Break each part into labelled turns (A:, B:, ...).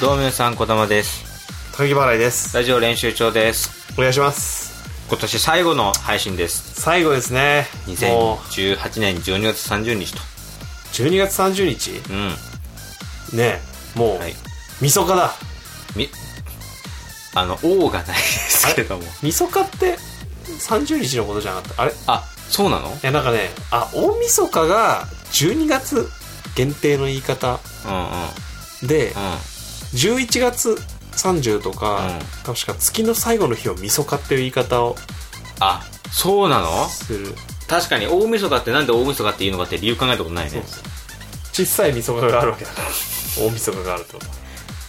A: どうも皆さん、こだまです。
B: 高木払いです
A: ラジオ練習帳です。
B: お願いします
A: 今年最後の配信です。
B: 最後ですねもう
A: 2018年12月30日と。
B: 12月30日
A: うん。
B: ねえもう、
A: はい。
B: みそかだ
A: み、あの、王がないですけれども。
B: みそかって30日のことじゃなかったあれい
A: あ、そうなの
B: やなんかねあ大晦日が12月限定の言い方
A: うんうん。
B: で
A: うん。
B: 11月30とか、
A: うん
B: 確か月の最後の日をみそかっていう言い方を
A: あ、そうなの
B: する
A: 確かに大晦日ってなんで大晦日っていうのかって理由考えたことないね。
B: 小さいみそかがあるわけだから 大晦日があるってこと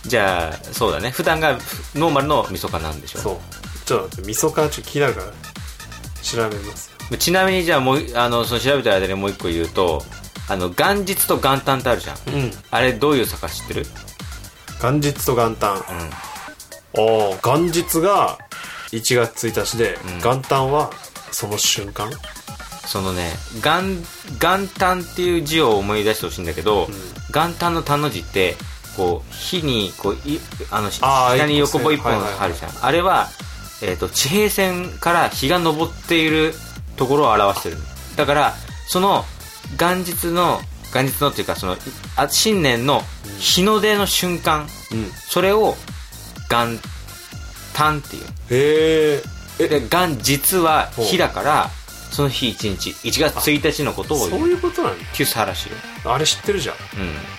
A: じゃあ、そうだね。普段がふノーマルの晦日なんでしょ
B: そうちょっと待ってみそかちょっと気になるから調べます
A: ちなみにじゃあもう、あの、その調べてる間にもう一個言うと、あの、元日と元旦ってあるじゃん。
B: うん
A: あれどういう坂知ってる
B: 元日と元旦
A: うん。
B: おー元日が1月1日で、
A: うん
B: 元旦はその瞬間
A: そのね、元、元旦っていう字を思い出してほしいんだけど、元旦の旦の字って、こう、火に、こう、い、あの、し
B: あー
A: 下に横棒一本
B: はいはいはい
A: あるじゃん。あれは、えっ、と、地平線から日が昇っているところを表してるの。だから、その、元日の、元日のっていうか、その、いあ新年の日の出の瞬間、
B: うん
A: それを、元旦っていう。
B: へえ
A: で元実は
B: ほう
A: 日だからその日一日1月1日のこと
B: そ
A: を
B: う
A: 言う
B: いうことなん
A: っていうさらしよ
B: だあれ知ってるじゃん
A: う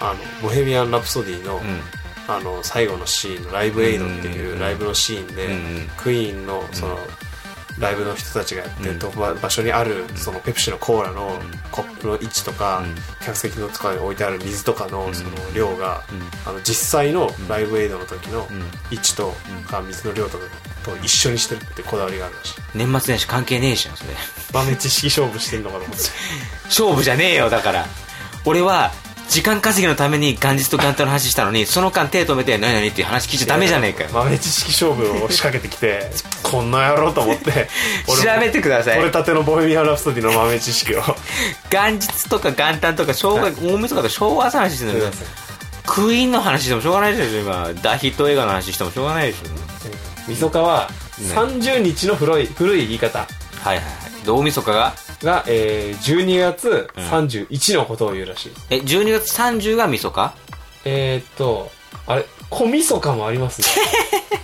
B: あの「ボヘミアン・ラプソディの」
A: んうん
B: あの最後のシーンの「ライブエイド」って
A: う
B: い
A: ん
B: うライブのシーンで、
A: うんうん
B: クイーンのその、ライブの人たちがやって
A: うん
B: るとこ、場所にあるそのペプシのコーラのコップの位置とか、
A: うん
B: 客席のとかに置いてある水とかのその
A: うん
B: 量が、
A: うん
B: あの実際のライブエイドの時の
A: うん
B: 位置とか水の量とかと一緒にしてるってこだわりがあるらしい
A: 年末年始関係ねえじゃんそれ
B: 場面知識勝負してんのかと思って
A: 勝負じゃねえよだから俺は時間稼ぎのために元日と元旦の話したのにその間手止めて何々っていう話聞いちゃ ダメじゃねえかよ
B: 豆知識勝負を仕掛けてきて こんな野郎と思 って
A: 調べてください
B: 俺たてのボヘミアン・ラプソディの豆知識を
A: 元日とか元旦とか正
B: は
A: 月
B: い
A: 大晦日とか正月の話してんだけどクイーンの話してもしょうがないでしょ今大ヒット映画の話してもしょうがないでしょ
B: みそかは30日の古い古い言い方
A: はいはいはいで大晦日が
B: が、えー、12月31のことを言うらしい、
A: え12月30が晦日
B: えー、っとあれ小みそかもありますね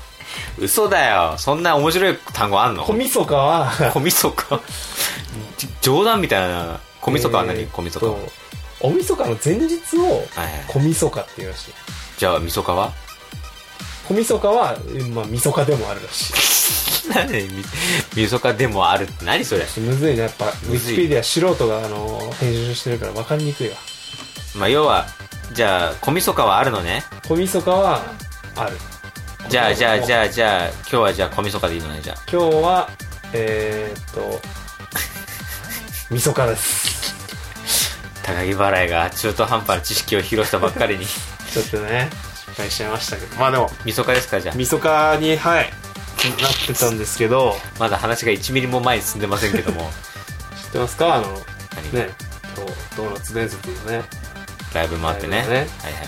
A: 嘘だよそんな面白い単語あんの
B: 小みそかは
A: 小晦日じ冗談みたいな小晦日は何、
B: えーっと
A: 小晦日ははい
B: おみそかの前日を
A: はい
B: 小みそかっていうらしい
A: じゃあ晦日は
B: 小みそかは、えまあ、みそかでもあるらし
A: 何 み晦日でもあるって何それ
B: いむずいなやっぱウ
A: む
B: ィ
A: ずい
B: キペディア素人があの編集してるから分かりにくいわ
A: まあ要はじゃあ小晦日はあるのね
B: 小みそかはある
A: じゃあじゃあ
B: もう
A: じゃあじゃあ今日はじゃあ小晦日でいいのねじゃあ
B: 今日はえー、っとみそかです
A: 高木払いが中途半端な知識を披露したばっか りに
B: ちょっとね失敗しちゃいましたけどまあでも
A: 晦日ですかじゃあ
B: みそかにはいなってたんですけど
A: まだ話が1ミリも前に進んでませんけ ども
B: 知ってますかあの
A: 何
B: ね今日ドーナツ伝説のね
A: ライブもあってね
B: ライブもね
A: はいはい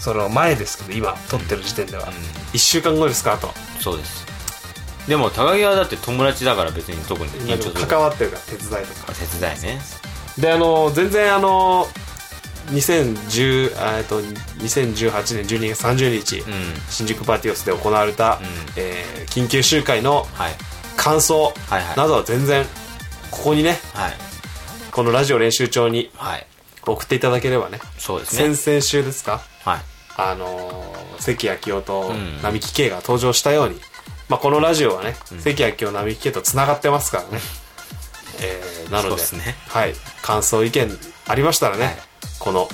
B: その前ですけど今撮ってる時点では、
A: はい、うん
B: 1週間後ですかあと
A: そうですでも高木はだって友達だから別に特に緊張する
B: 関わってるから手伝いとか
A: 手伝いね
B: であの全然あの2010あえっと2018年12月30日、
A: うん
B: 新宿パティオスで行われた、
A: うん
B: えー緊急集会の
A: はい
B: 感想
A: はいはい
B: などは全然ここにね
A: はい
B: このラジオ練習帳に
A: はい
B: 送っていただければね
A: そうですね
B: 先々週ですか
A: はい
B: あのー関明夫と
A: うん
B: 並木圭が登場したように、まあ、このラジオはね、関明夫並木圭とつながってます からね、えーなの
A: そう
B: で
A: ですね
B: はい、感想意見ありましたらね、
A: はい
B: この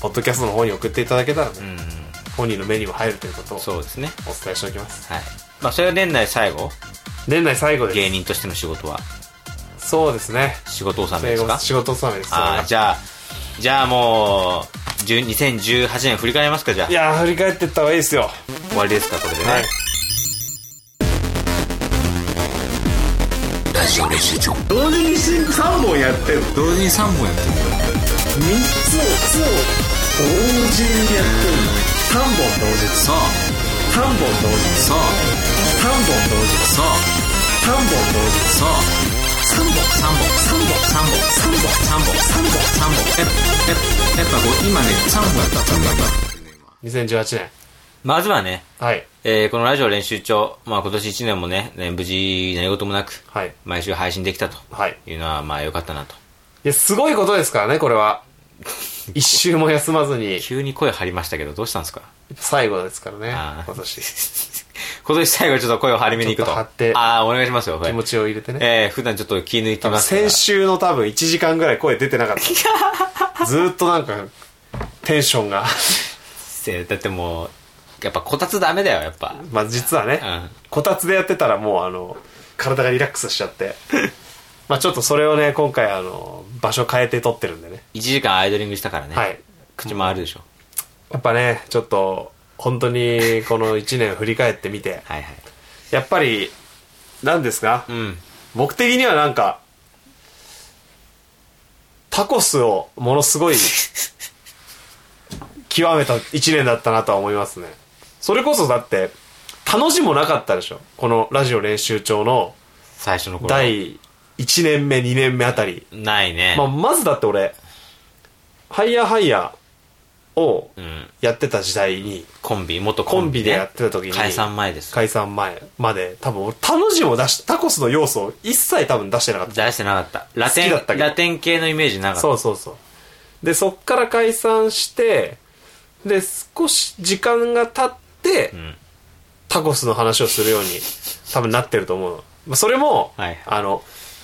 B: ポッドキャストの方に送っていただけたらね、
A: うん
B: 本人の目にも入るということをお
A: そうですね
B: 伝えしておきます
A: はいまあそれは年内最後
B: 年内最後です
A: 芸人としての仕事は
B: そうですね
A: 仕事納めで
B: 最
A: す
B: 後
A: か
B: 仕事納めですそれ
A: あ
B: が
A: あじゃあじゃあもう10 2018年振り返りますかじゃあ
B: いやー振り返ってった方がいいですよ、
A: 終わりですかこれでね、
B: はい
C: 同時に3本やってる
A: 同時に3本やって
C: 3つを同時にやってる3本同時
A: そう
C: 3本同時
A: そう
C: 3本同時
A: そう
C: 3本同時
A: そう
C: 3本
A: 3本3本3本
C: 3本
A: 3本
C: 3本
A: 3本やっぱやっぱこう今ね3本だった3本だった
B: 2018年
A: まずはね、
B: はい
A: えーこのラジオ練習帳、まあ、今年1年もねね無事何事もなく
B: はい
A: 毎週配信できたと
B: はい
A: いうのはまあ良かったなと
B: いやすごいことですからねこれは 一周も休まずに
A: 急に声張りましたけどどうしたんですか
B: 最後ですからね
A: あー
B: 今年
A: 今年最後ちょっと声を張りめに行くと
B: ちょっと張って
A: ああお願いしますよこれ
B: 気持ちを入れてね
A: えー、普段ちょっと気抜いて
B: 多分
A: ますから
B: 先週の多分1時間ぐらい声出てなかったずーっとなんかテンションが
A: せだってもうやっぱこたつダメだよやっぱ
B: まあ実はね、
A: うん
B: こたつでやってたらもうあの体がリラックスしちゃって まあちょっとそれをね今回あの場所変えて撮ってるんでね
A: 1時間アイドリングしたからね、
B: はい
A: 口回るでしょ、
B: やっぱねちょっと本当にこの1年振り返ってみて
A: はいはい
B: やっぱり何ですか、
A: うん
B: 僕的にはなんかタコスをものすごい極めた1年だったなとは思いますねそれこそだって楽しもなかったでしょこのラジオ練習帳の
A: 最初の頃
B: 第1年目2年目あたり、
A: ないね、
B: まあ、まずだって俺「ハイヤーハイヤー」を
A: うん、
B: やってた時代に
A: コンビ元コ
B: コ
A: ン
B: ン
A: ビ,、
B: ビでやってた時に
A: 解散前です
B: 解散前まで多分俺タの字も出しタコスの要素を一切多分出してなかった
A: 出してなかったラテ
B: 好
A: ン
B: きだったけど
A: ラテン系のイメージなかった
B: そうそうそうでそっから解散してで少し時間が経って、
A: ん
B: タコスの話をするように多分なってると思うの、まあ、それも、
A: はいはい
B: あの、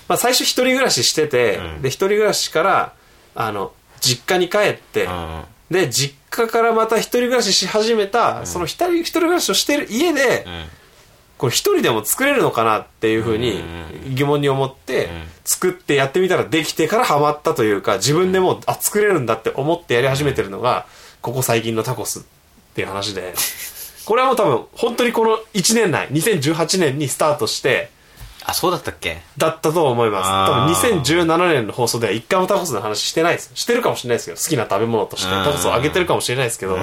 B: まあ、最初一人暮らししてて、
A: うん
B: で一人暮らしからあの実家に帰って、
A: うん
B: で実家からまた一人暮らしし始めた、その一人一人暮らしをしてる家で、
A: うん
B: これ一人でも作れるのかなっていうふうに疑問に思って作ってやってみたらできてからハマったというか自分でもうあ作れるんだって思ってやり始めてるのがここ最近のタコスっていう話 でこれはもう多分本当にこの1年内2018年にスタートして
A: あそうだったっけ
B: だったと思いま
A: あ
B: す
A: ー
B: 多分2017年の放送では一回もタコスの話してないですしてるかもしれないですけど好きな食べ物として
A: うん
B: タコスをあげてるかもしれないですけど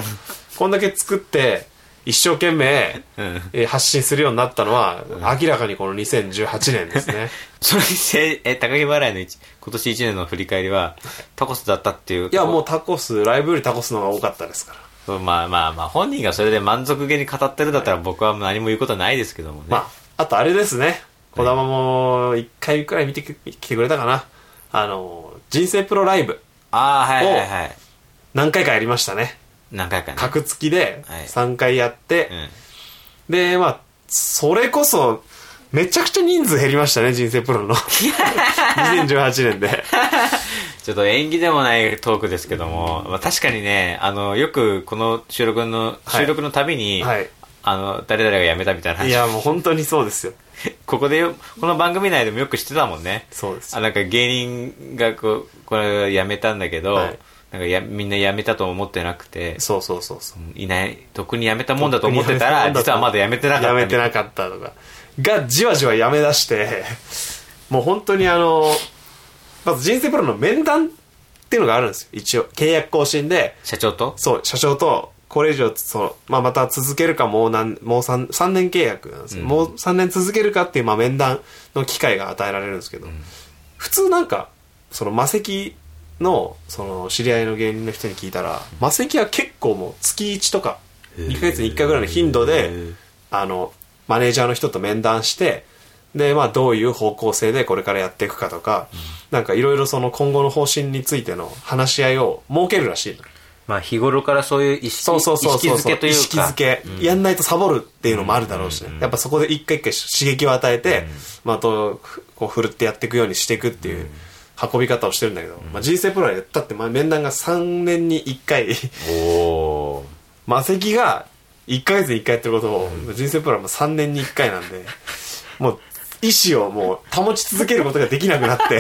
B: こんだけ作って一生懸命
A: うん
B: えー発信するようになったのは、明らかにこの2018年です ね。
A: それせえ高木払いの一今年1年の振り返りはタコスだったっていうい
B: いや、もうタコス、ライブよりタコスの方が多かったですから。
A: そうまあまあまあ本人がそれで満足げに語ってるだったら僕は何も言うことはないですけどもね、
B: まあ、あとあれですね。児玉も一回くらい見てき来てくれたかな。あの、人生プロライブ、
A: ああはいはいはい
B: 何回かやりましたね。
A: 何回かね
B: 格付きで
A: はい
B: 3回やって、
A: うん
B: で、まあ、それこそ、めちゃくちゃ人数減りましたね、人生プロの。2018年で。
A: ちょっと縁起でもないトークですけども、まあ、確かにねあのよくこの収録の
B: はい
A: 収録のたびに、
B: はい
A: あの誰々が辞めたみ たいない話
B: や、もう本当にそうですよ。
A: ここでよこの番組内でもよく知ってたもんね
B: そうです
A: あなんか芸人がこうこれ辞めたんだけど、
B: はい
A: なんかやみんな辞めたと思ってなくて
B: そうそうそうそう。
A: いないとっくに辞めたもんだと思ってたら実はまだ辞めてなかった
B: や
A: みた
B: め
A: い
B: てなかったとかがじわじわやめだしてもう本当にあのまず人生プロの面談っていうのがあるんですよ一応契約更新で
A: 社長と
B: そう社長とこれ以上その、まあ、また続けるかもうなんもう 3, 三年契約なんですよ、もう3年続けるかっていう、まあ、面談の機会が与えられるんですけど、普通なんかその魔石のその知り合いの芸人の人に聞いたら魔石は結構もう月1とか2ヶ月に1回ぐらいの頻度であのマネージャーの人と面談してで、まあ、どういう方向性でこれからやっていくかとか、なんかいろいろその今後の方針についての話し合いを設けるらしいの
A: まあ日頃からそういう意識
B: そうそうそうそう
A: 意識づけというか
B: 意識づけ、やんないとサボるっていうのもあるだろうしね、やっぱそこで一回一回刺激を与えて、まあ、あとふこう振るってやっていくようにしていくっていう運び方をしてるんだけど、まあ、人生プロはやったって、まあ、面談が3年に1回
A: おー
B: 魔石が1ヶ月に1回やってることを、人生プロはもう3年に1回なんでもう意志をもう保ち続けることができなくな って。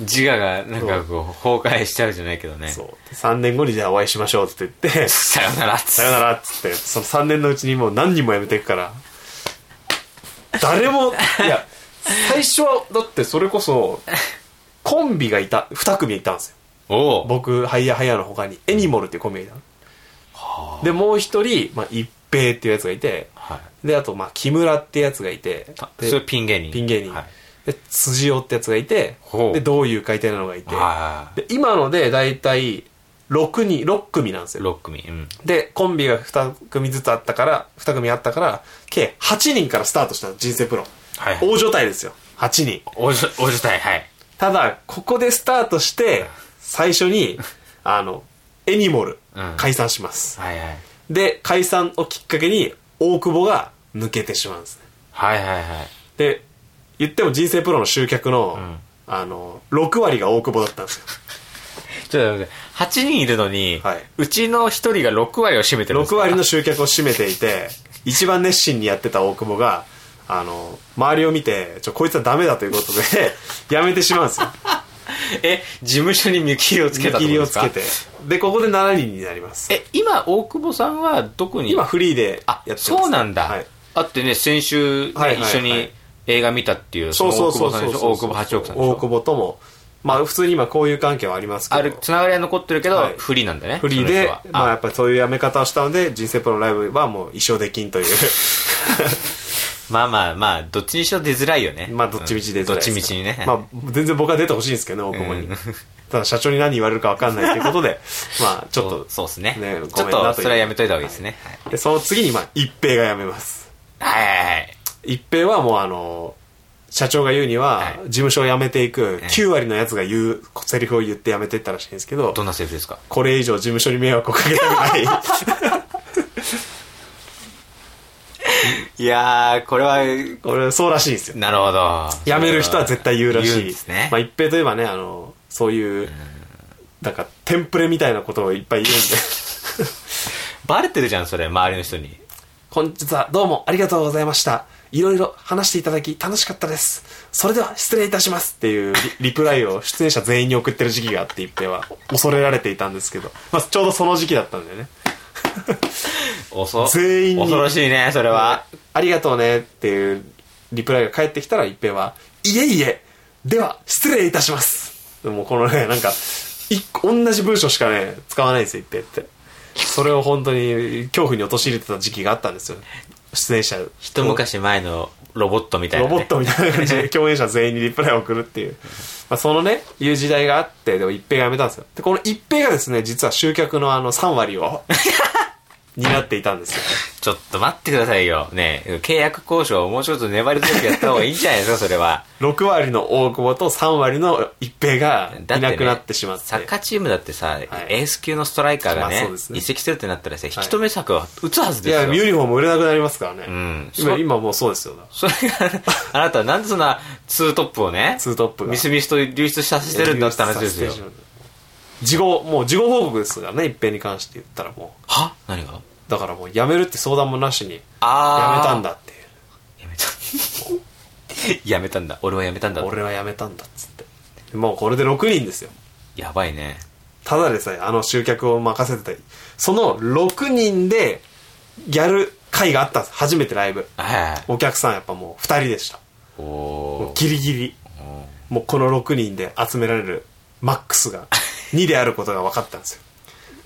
A: 自我がなんかこう崩壊しちゃうじゃないけどね
B: そう3年後にじゃあお会いしましょうって言って
A: さよならっつ
B: さよならっつってその3年のうちにもう何人も辞めていくから誰もいや最初はだってそれこそコンビがいた2組いたんですよ
A: おお
B: 僕ハイヤーハイヤーの他にエニモルっていうコンビがいたのでもう一人、まあ、一平っていうやつがいて
A: は
B: であとまあ木村ってやつがいて
A: い
B: で
A: それピン芸人
B: ピン芸人、
A: はい
B: で辻尾ってやつがいて
A: ほう
B: でどういう解体なのがいて
A: はい
B: で今ので大体6人6組なんですよ
A: ロックミうん
B: でコンビが2組ずつあったから2組あったから計8人からスタートしたの人生プロ
A: はいはい
B: 大所帯ですよ8人
A: おじおじたいはい
B: ただここでスタートして最初にあのエニモル
A: うん
B: 解散します、
A: はいはい
B: で解散をきっかけに大久保が抜けてしまうんですね
A: はいはいはい
B: で言っても人生プロの集客の、
A: ん
B: あの6割が大久保だったんですよ
A: ちょっと待って8人いるのに、
B: はいう
A: ちの1人が6割を占めてるんです
B: 6
A: か
B: 割の集客を占めていて一番熱心にやってた大久保があの周りを見てちょこいつはダメだということで やめてしまうんですよ
A: え事務所に見切りをつけた
B: 見
A: って
B: 切
A: こ
B: り
A: と
B: を
A: で
B: つ
A: すか
B: けてでここで7人になります
A: え今大久保さんはどこに
B: 今フリーでやっ
A: あ
B: てます
A: そうなんだ、
B: はい
A: あってね先週、ね
B: はいはいはい
A: 一緒に映画見たっていう
B: そうそうそう
A: の大久保さん
B: そう
A: でしょ大久保八億さんでし
B: 大
A: ょ
B: 久保ともまあ普通に今こういう関係はありますけど
A: あるつながりは残ってるけど、
B: はい
A: フリーなんだね
B: フリーで
A: その人は
B: まあ
A: あ
B: やっぱりそういうやめ方をしたので人生プロのライブはもう一生できんという
A: まあまあまあどっちにしろ出づらいよね
B: まあどっちみちで
A: うんどっちみちにね、
B: まあ全然僕は出てほしいんですけどね大久保に、ただ社長に何言われるか分かんないというこ とでまあちょっ
A: そう
B: と
A: そうですね
B: ね
A: ちょ
B: ご
A: っ
B: めん
A: と
B: なと
A: そ
B: いう
A: れはやめといた方がいいですね、
B: でその次に、まあ、一平が辞めます。
A: はい、はいはいはい
B: 一平はもうあの、社長が言うには
A: はい、
B: 事務所を辞めていく、
A: え
B: 9割のやつが言う、セリフを言って辞めていったらしいんですけど
A: ど、んなセリフですか
B: これ以上事務所に迷惑をかけ たくない。
A: いやーこれは
B: これ、そうらしいんですよ。
A: なるほど
B: 辞める人は絶対言うらしい。
A: 言うんですね、
B: まあ、一平といえばね、あの、そういう、なんか、テンプレみたいなことをいっぱい 言うんで、
A: バレてるじゃんそれ周りの人に
B: 本日はどうもありがとうございました。いろいろ話していただき楽しかったです。それでは失礼いたしますっていうリリプライを出演者全員に送ってる時期があって一平は恐れられていたんですけど、まあ、ちょうどその時期だったんだよね。
A: 恐
B: 全員に
A: 恐ろしいねそれは、
B: ありがとうねっていうリプライが返ってきたら一平は、いえいえ、では失礼いたします。もうこのね、なんか、一個同じ文章しかね、使わないんですよ、一平って。それを本当に恐怖に陥れてた時期があったんですよ。出演者。
A: 一昔前のロボットみたいな、
B: ロ
A: ね、
B: ボットみたいな感じ で共演者全員にリプライを送るっていう、まあ、そのねいう時代があってでも一平がやめたんですよでこの一平がですね実は集客のあの3 割を担っていたんですよ
A: ちょっと待ってくださいよねえ契約交渉をもうちょっと粘り強くやった方がいいんじゃないですかそれは
B: 6割の大久保と3割の一平が
A: だ
B: いなくなってしまって
A: サッカーチームだってさ、エース級のストライカーが
B: まあ
A: ね,、
B: そうですね
A: 移籍するってなったらさ引き止め策は打つはず
B: い
A: ですよ、
B: やユニフォーム売れなくなりますからね、
A: ん
B: 今
A: そう
B: 今もうそうですよ
A: それがあなたはなんでそんなツートップをね
B: ツートップが
A: ミスミスと流出させてるんだって話ですよ
B: 事後もう事後報告ですからね一平に関して言ったらも
A: は何が
B: うだからもう辞めるって相談もなしに辞め
A: あー
B: たんだっていう
A: やめたやめたんだ俺はやめたんだ
B: 俺は辞めたんだっつってもうこれで6人ですよ
A: やばいね
B: ただでさえあの集客を任せてたりその6人でやる会があったんです初めてライブ
A: はいはい
B: お客さんやっぱもう2人でした
A: お
B: もう
A: お
B: ギリギリもうこの6人で集められるマック スが2であることが分かったんですよ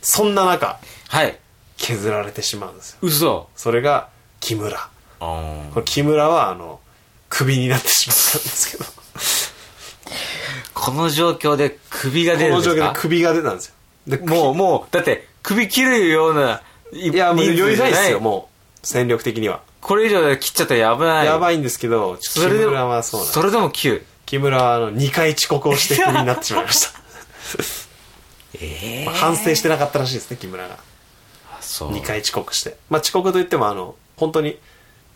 B: そんな中
A: はい
B: 削られてしまうんですよ
A: 嘘
B: それが木村これ木村はあのクビになってしまったんですけど
A: この状況で首が出
B: こ
A: るん
B: の
A: です
B: 状
A: か
B: 況でクビが出たんですよで
A: もうもうだって首切るようない
B: いや、もう
A: 人
B: よ
A: 数
B: り
A: じ
B: な
A: ゃ
B: いですよ、もう。戦力的には。
A: これ以上切っちゃったらやばい
B: やば
A: い
B: いんですけど、木
A: それで
B: 村
A: も
B: はそうなんです
A: それでも9
B: 木村はあの2回遅刻をしてクビになってしまい ました。
A: ええ
B: まあ反省してなかったらしいですね、木村が。
A: そう
B: 2回遅刻して。まあ遅刻といっても、あの、本当に、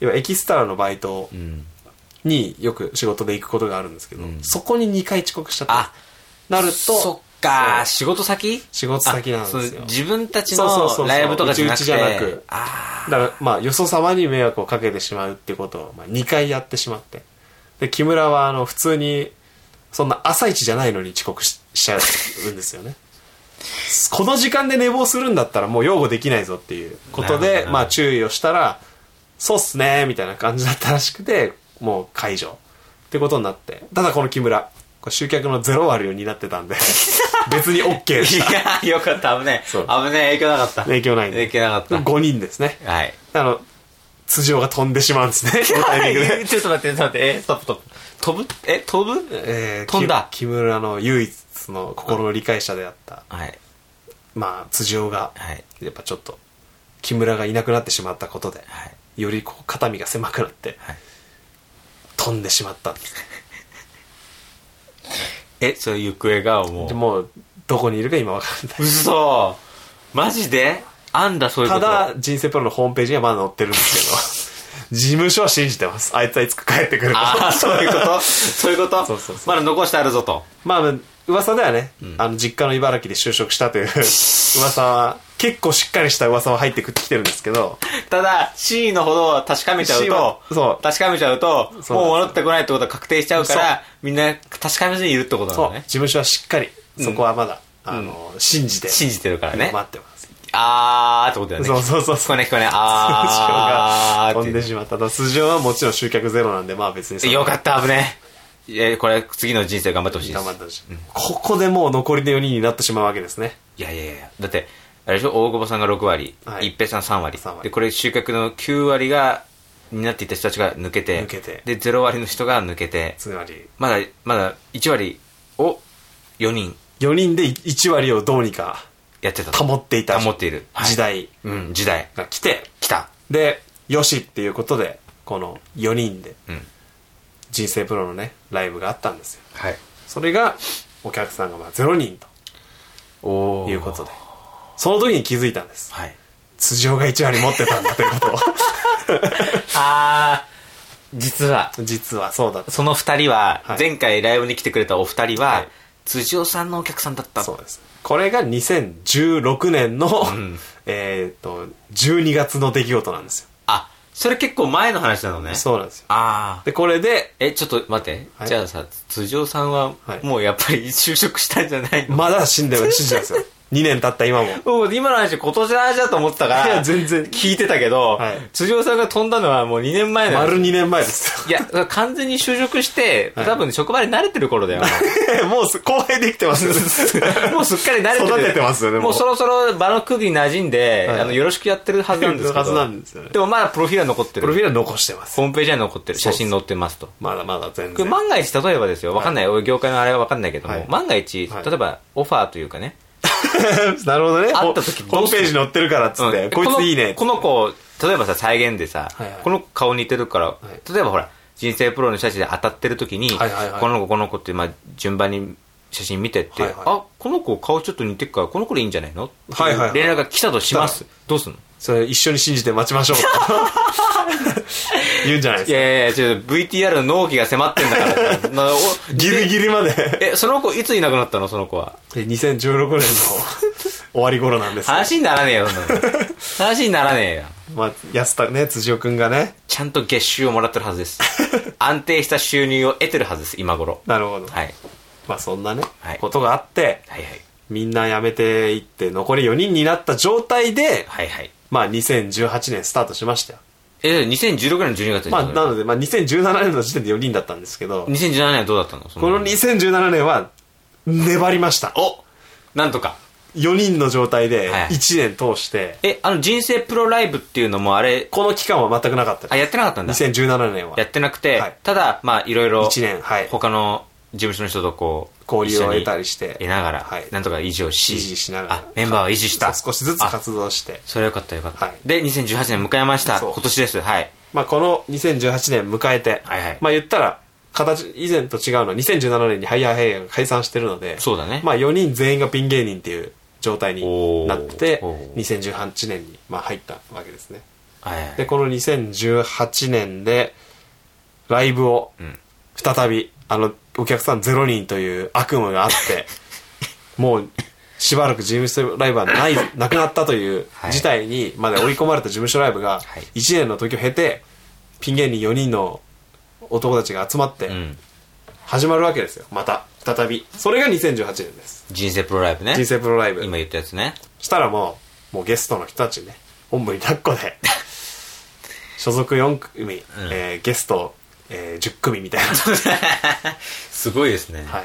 B: 要はエキストラのバイト
A: うん
B: によく仕事で行くことがあるんですけど、
A: ん
B: そこに2回遅刻しちゃった
A: あ。
B: なると、
A: そっか
B: そう
A: 仕事先
B: 仕事先なんですよ
A: あそう自分たち
B: そうそうそうそ
A: の
B: う
A: ライブとかじゃなくて
B: うちうちじゃなく
A: あ
B: だから、まあ、よそ様に迷惑をかけてしまうっていうことを、まあ、2回やってしまって。で、木村は、あの、普通に、そんな朝一じゃないのに遅刻ししちゃうんですよね。 この時間で寝坊するんだったらもう擁護できないぞっていうこ
A: なる
B: と
A: ほ
B: で、
A: ど
B: まあ注意をしたら、そうっすねみたいな感じだったらしくて、もう解除ってことになって。ただこの木村、これ集客の0割を担ってたんで 別に OK でした
A: いや、よかった、危ねえ。危
B: そう
A: ねえ、影響なかった。
B: 影響ないんで
A: 影響なかっ
B: 5人ですね
A: た。はい。
B: あの辻尾が飛んでしまうんですね このタイミングで
A: ちょっと待って、ちょっと待って、え、ストップ、トップ。飛ぶえ、飛ぶ
B: えー
A: 飛んだ
B: き木村の唯一の心の理解者であった、
A: はい。
B: まあ辻尾が、
A: はい
B: やっぱちょっと木村がいなくなってしまったことで、
A: はい。
B: よりこう肩身が狭くなって、
A: はい
B: 飛んでしまったんです
A: え、その行方がも
B: で
A: う。
B: もうどこにいるか今わかんない
A: 嘘マジであんだ、そういうこ
B: た
A: と。
B: だ、人生プロのホームページにはまだ載ってるんですけど事務所は信じてますあいつはいつか帰ってくると
A: ああ、そういうこと そういうこと
B: そうそうそう
A: まだ残してあるぞと。
B: まあ噂ではね、あの実家の茨城で就職したという 噂は結構しっかりした噂は入ってきてるんですけど
A: ただ、C のほどを確かめちゃう
B: C は
A: と、
B: そう
A: 確かめちゃうと、
B: そう
A: もう戻ってこないってことは確定しちゃうから、みんな確かめずにいるってこと
B: そ
A: なの
B: う事
A: ね。
B: 務所はしっかりそこはまだ、あの信じて
A: 信じてるからね。
B: 待ってます
A: あーってことだよね。
B: そうそう そ
A: 聞こ
B: う
A: えない聞こえない。
B: が
A: あー
B: 飛
A: っ
B: ん
A: て
B: でしまった。だから素性はもちろん集客ゼロなんで、まあ別にそ
A: 言
B: の
A: って。よかった、危ねえ。いや、これ、次の人生頑張ってほしいです。
B: 頑張ってほしいここでもう残りの4人になってしまうわけですね。
A: いやいやいや、だって、あれでしょ、大久保さんが6割、
B: はい
A: 一平さん3割。
B: 3割
A: で、これ収穫の9割が、になっていた人たちが抜けて、
B: 抜けて
A: で、0割の人が抜けて、
B: つまり、
A: まだ、まだ1割を4人
B: 4人で1割をどうにか
A: やってたと
B: 保っていた
A: 保っている。はい
B: 時代
A: うん、時代。
B: が来て、
A: 来た。
B: で、よしっていうことで、この4人で
A: うん。
B: 人生プロのね、ライブがあったんですよ。
A: はい。
B: それが、お客さんがまあ0人
A: おー
B: ということで、その時に気づいたんです。
A: はい。
B: 辻尾が1割持ってたんだということ
A: あー、実は、
B: を。実はそうだった。
A: その2人は、
B: はい
A: 前回ライブに来てくれたお二人は、
B: はい
A: 辻尾さんのお客さんだった。
B: そうです。これが2016年の、えっと、12月の出来事なんですよ。
A: あ、それ結構前の話なのね。
B: そうなんですよ。
A: あー。
B: で、これで、
A: え、ちょっと待って。
B: はい
A: じゃあさ、辻尾さんは
B: は、い
A: もうやっぱり就職したんじゃないの、
B: まだ死んでる、死んでるんですよ。2年経った今も。
A: もう今の話、今年の話だと思ってたから、
B: いや全然
A: 聞いてたけど、
B: はい
A: 辻尾さんが飛んだのはもう2年前の。
B: 丸2年前です
A: いや、完全に就職して、
B: い
A: 多分職場に慣れてる頃だよ。も
B: よ。 もうす、後輩できて ますよね。
A: うもうすっかり慣れてる。
B: 育ててますよねもう
A: もうそろそろ場の空気に馴染んで、
B: はい
A: あの、よろしくやってるはず なんですけど。
B: はずなんですよね
A: でもまだプロフィールは残って
B: プロフィ
A: る。
B: ールは残してます。
A: ホームページは残ってる。写
B: そうです
A: 真載ってますと。
B: まだまだ全
A: これ
B: 然。
A: 万が一、例えばですよ、わかんない、俺業界のあれはわかんないけども、
B: はい
A: 万が一、
B: はい
A: 例えばオファーというかね、
B: なるほどね。
A: 会った時
B: ホホームページ載ってるからっつっ
A: うん
B: て、こいついいね。
A: このこの子、例えばさ、再現でさ、
B: はいはい
A: この子顔似てるから、
B: い
A: 例えばほら、人生プロの写真で当たってる時に、
B: はいはいはい
A: この子、この子って、まあ、順番に写真見てって、
B: はいはい
A: あ、この子顔ちょっと似てるから、この子でいいんじゃないの
B: はいはいはい
A: 連絡が来たとします。どうすんの
B: それ一緒に信じて待ちましょう。言うんじゃない
A: い
B: ですか。
A: やいやいや、ちょっと VTR の納期が迫ってんだ から。なお
B: ギリギリまで。
A: え、その子いついなくなったのその子は。
B: で2016年の終わり頃なんですけど
A: 話にならねえよ、そんなの 話にならねえよ。
B: まあ、安田ね、辻尾くんがね。
A: ちゃんと月収をもらってるはず です。安定した収入を得てるはずです、今頃。
B: なるほど。
A: はい。
B: まあそんなね、
A: はい
B: ことがあって、
A: はいはい。
B: みんな辞めていって、残り4人になった状態で、
A: はいはい。
B: まあ2018年スタートしましたよ。
A: え、2016年の12月でしょ
B: まあなので、まあ2017年の時点で4人だったんですけど、
A: 2017年はどうだったのそ
B: この2017年は、粘りました。お
A: なんとか。
B: !4 人の状態で
A: はい
B: 1年通して、
A: え、あの人生プロライブっていうのもあれ、
B: この期間は全くなかった
A: あ、
B: で
A: やってなかったんだ。
B: す。2017年は
A: やってなくて、
B: はい
A: ただ、まあいろいろ、
B: 一年はい
A: 他の事務所の人とこう、
B: 交流を
A: 一緒に
B: 得たりして
A: 得ながら、
B: はい
A: なんとか維持をし、
B: 維持しながら
A: あ、メンバーを維持した。
B: そう少しずつ
A: あ
B: 活動して、
A: それよかったよかった。
B: はい
A: で、2018年迎えました。
B: そう
A: 今年です。はい。
B: まあ、この2018年迎えて、
A: はいはい
B: まあ言ったら形以前と違うのは2017年にハイヤーヘイヤーが解散してるので
A: そうだね
B: まあ、4人全員がピン芸人っていう状態
A: おー
B: になってて
A: おー
B: 2018年にまあ入ったわけですね
A: はいはい
B: でこの2018年でライブを
A: ん
B: 再びあのお客さんゼロ人という悪夢があって もうしばらく事務所ライブはないなくなったという
A: はい
B: 事態にまで追い込まれた事務所ライブが
A: はい
B: 1年の時を経てピン芸人4人の男たちが集まって
A: うん。
B: 始まるわけですよまた再びそれが2018年です
A: 人生プロライブね。
B: 人生プロライブ
A: 今言ったやつね。
B: したらもう、もうゲストの人たちね、おんぶに抱っこで、所属4組、えーゲストえー10組みたいな、
A: すごいですね。
B: はい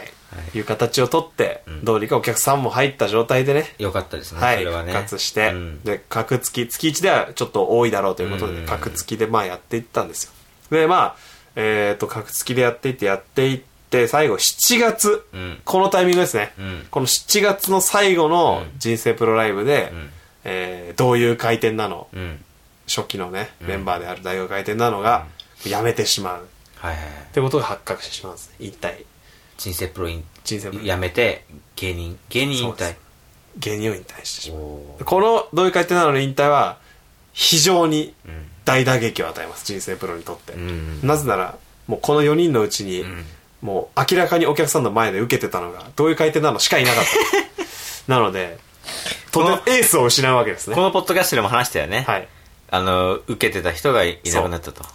B: い、う形をとって、どうにかお客さんも入った状態でね、
A: よかったですね、
B: は
A: そ
B: い、
A: れはね。
B: 復活して、
A: うん
B: で、格付き、月1ではちょっと多いだろうということ
A: う
B: で、
A: ん
B: 格付きでまあやっていったんですよ。で、まあ、えっ、と、格付きでやっていって、やっていって、最後7月、
A: うん
B: このタイミングですね、
A: うん
B: この7月の最後の
A: うん
B: 人生プロライブで、
A: うん
B: えーどういう回転なの、
A: うん。
B: 初期のね、メンバーである大学回転なのが、やめてしまう。っ
A: はいはいはい。
B: てことが発覚してしまうんですね。一体、
A: 人生プロイン、
B: 人生プロ
A: やめて、芸人、芸人引
B: そう
A: 退
B: で。芸人を引退してしまう。
A: おー
B: このどういう回転なのの引退は非常に
A: うん
B: 大打撃を与えます人生プロにとって、
A: うん
B: なぜならもうこの4人のうちに、
A: ん
B: もう明らかにお客さんの前で受けてたのがどういう回転なのしかいなかっ たなのでとてもエースを失うわけです
A: こ
B: ね
A: のポッドキャストでも話したよね。
B: はい
A: あの、受けてた人がいいなくなったと。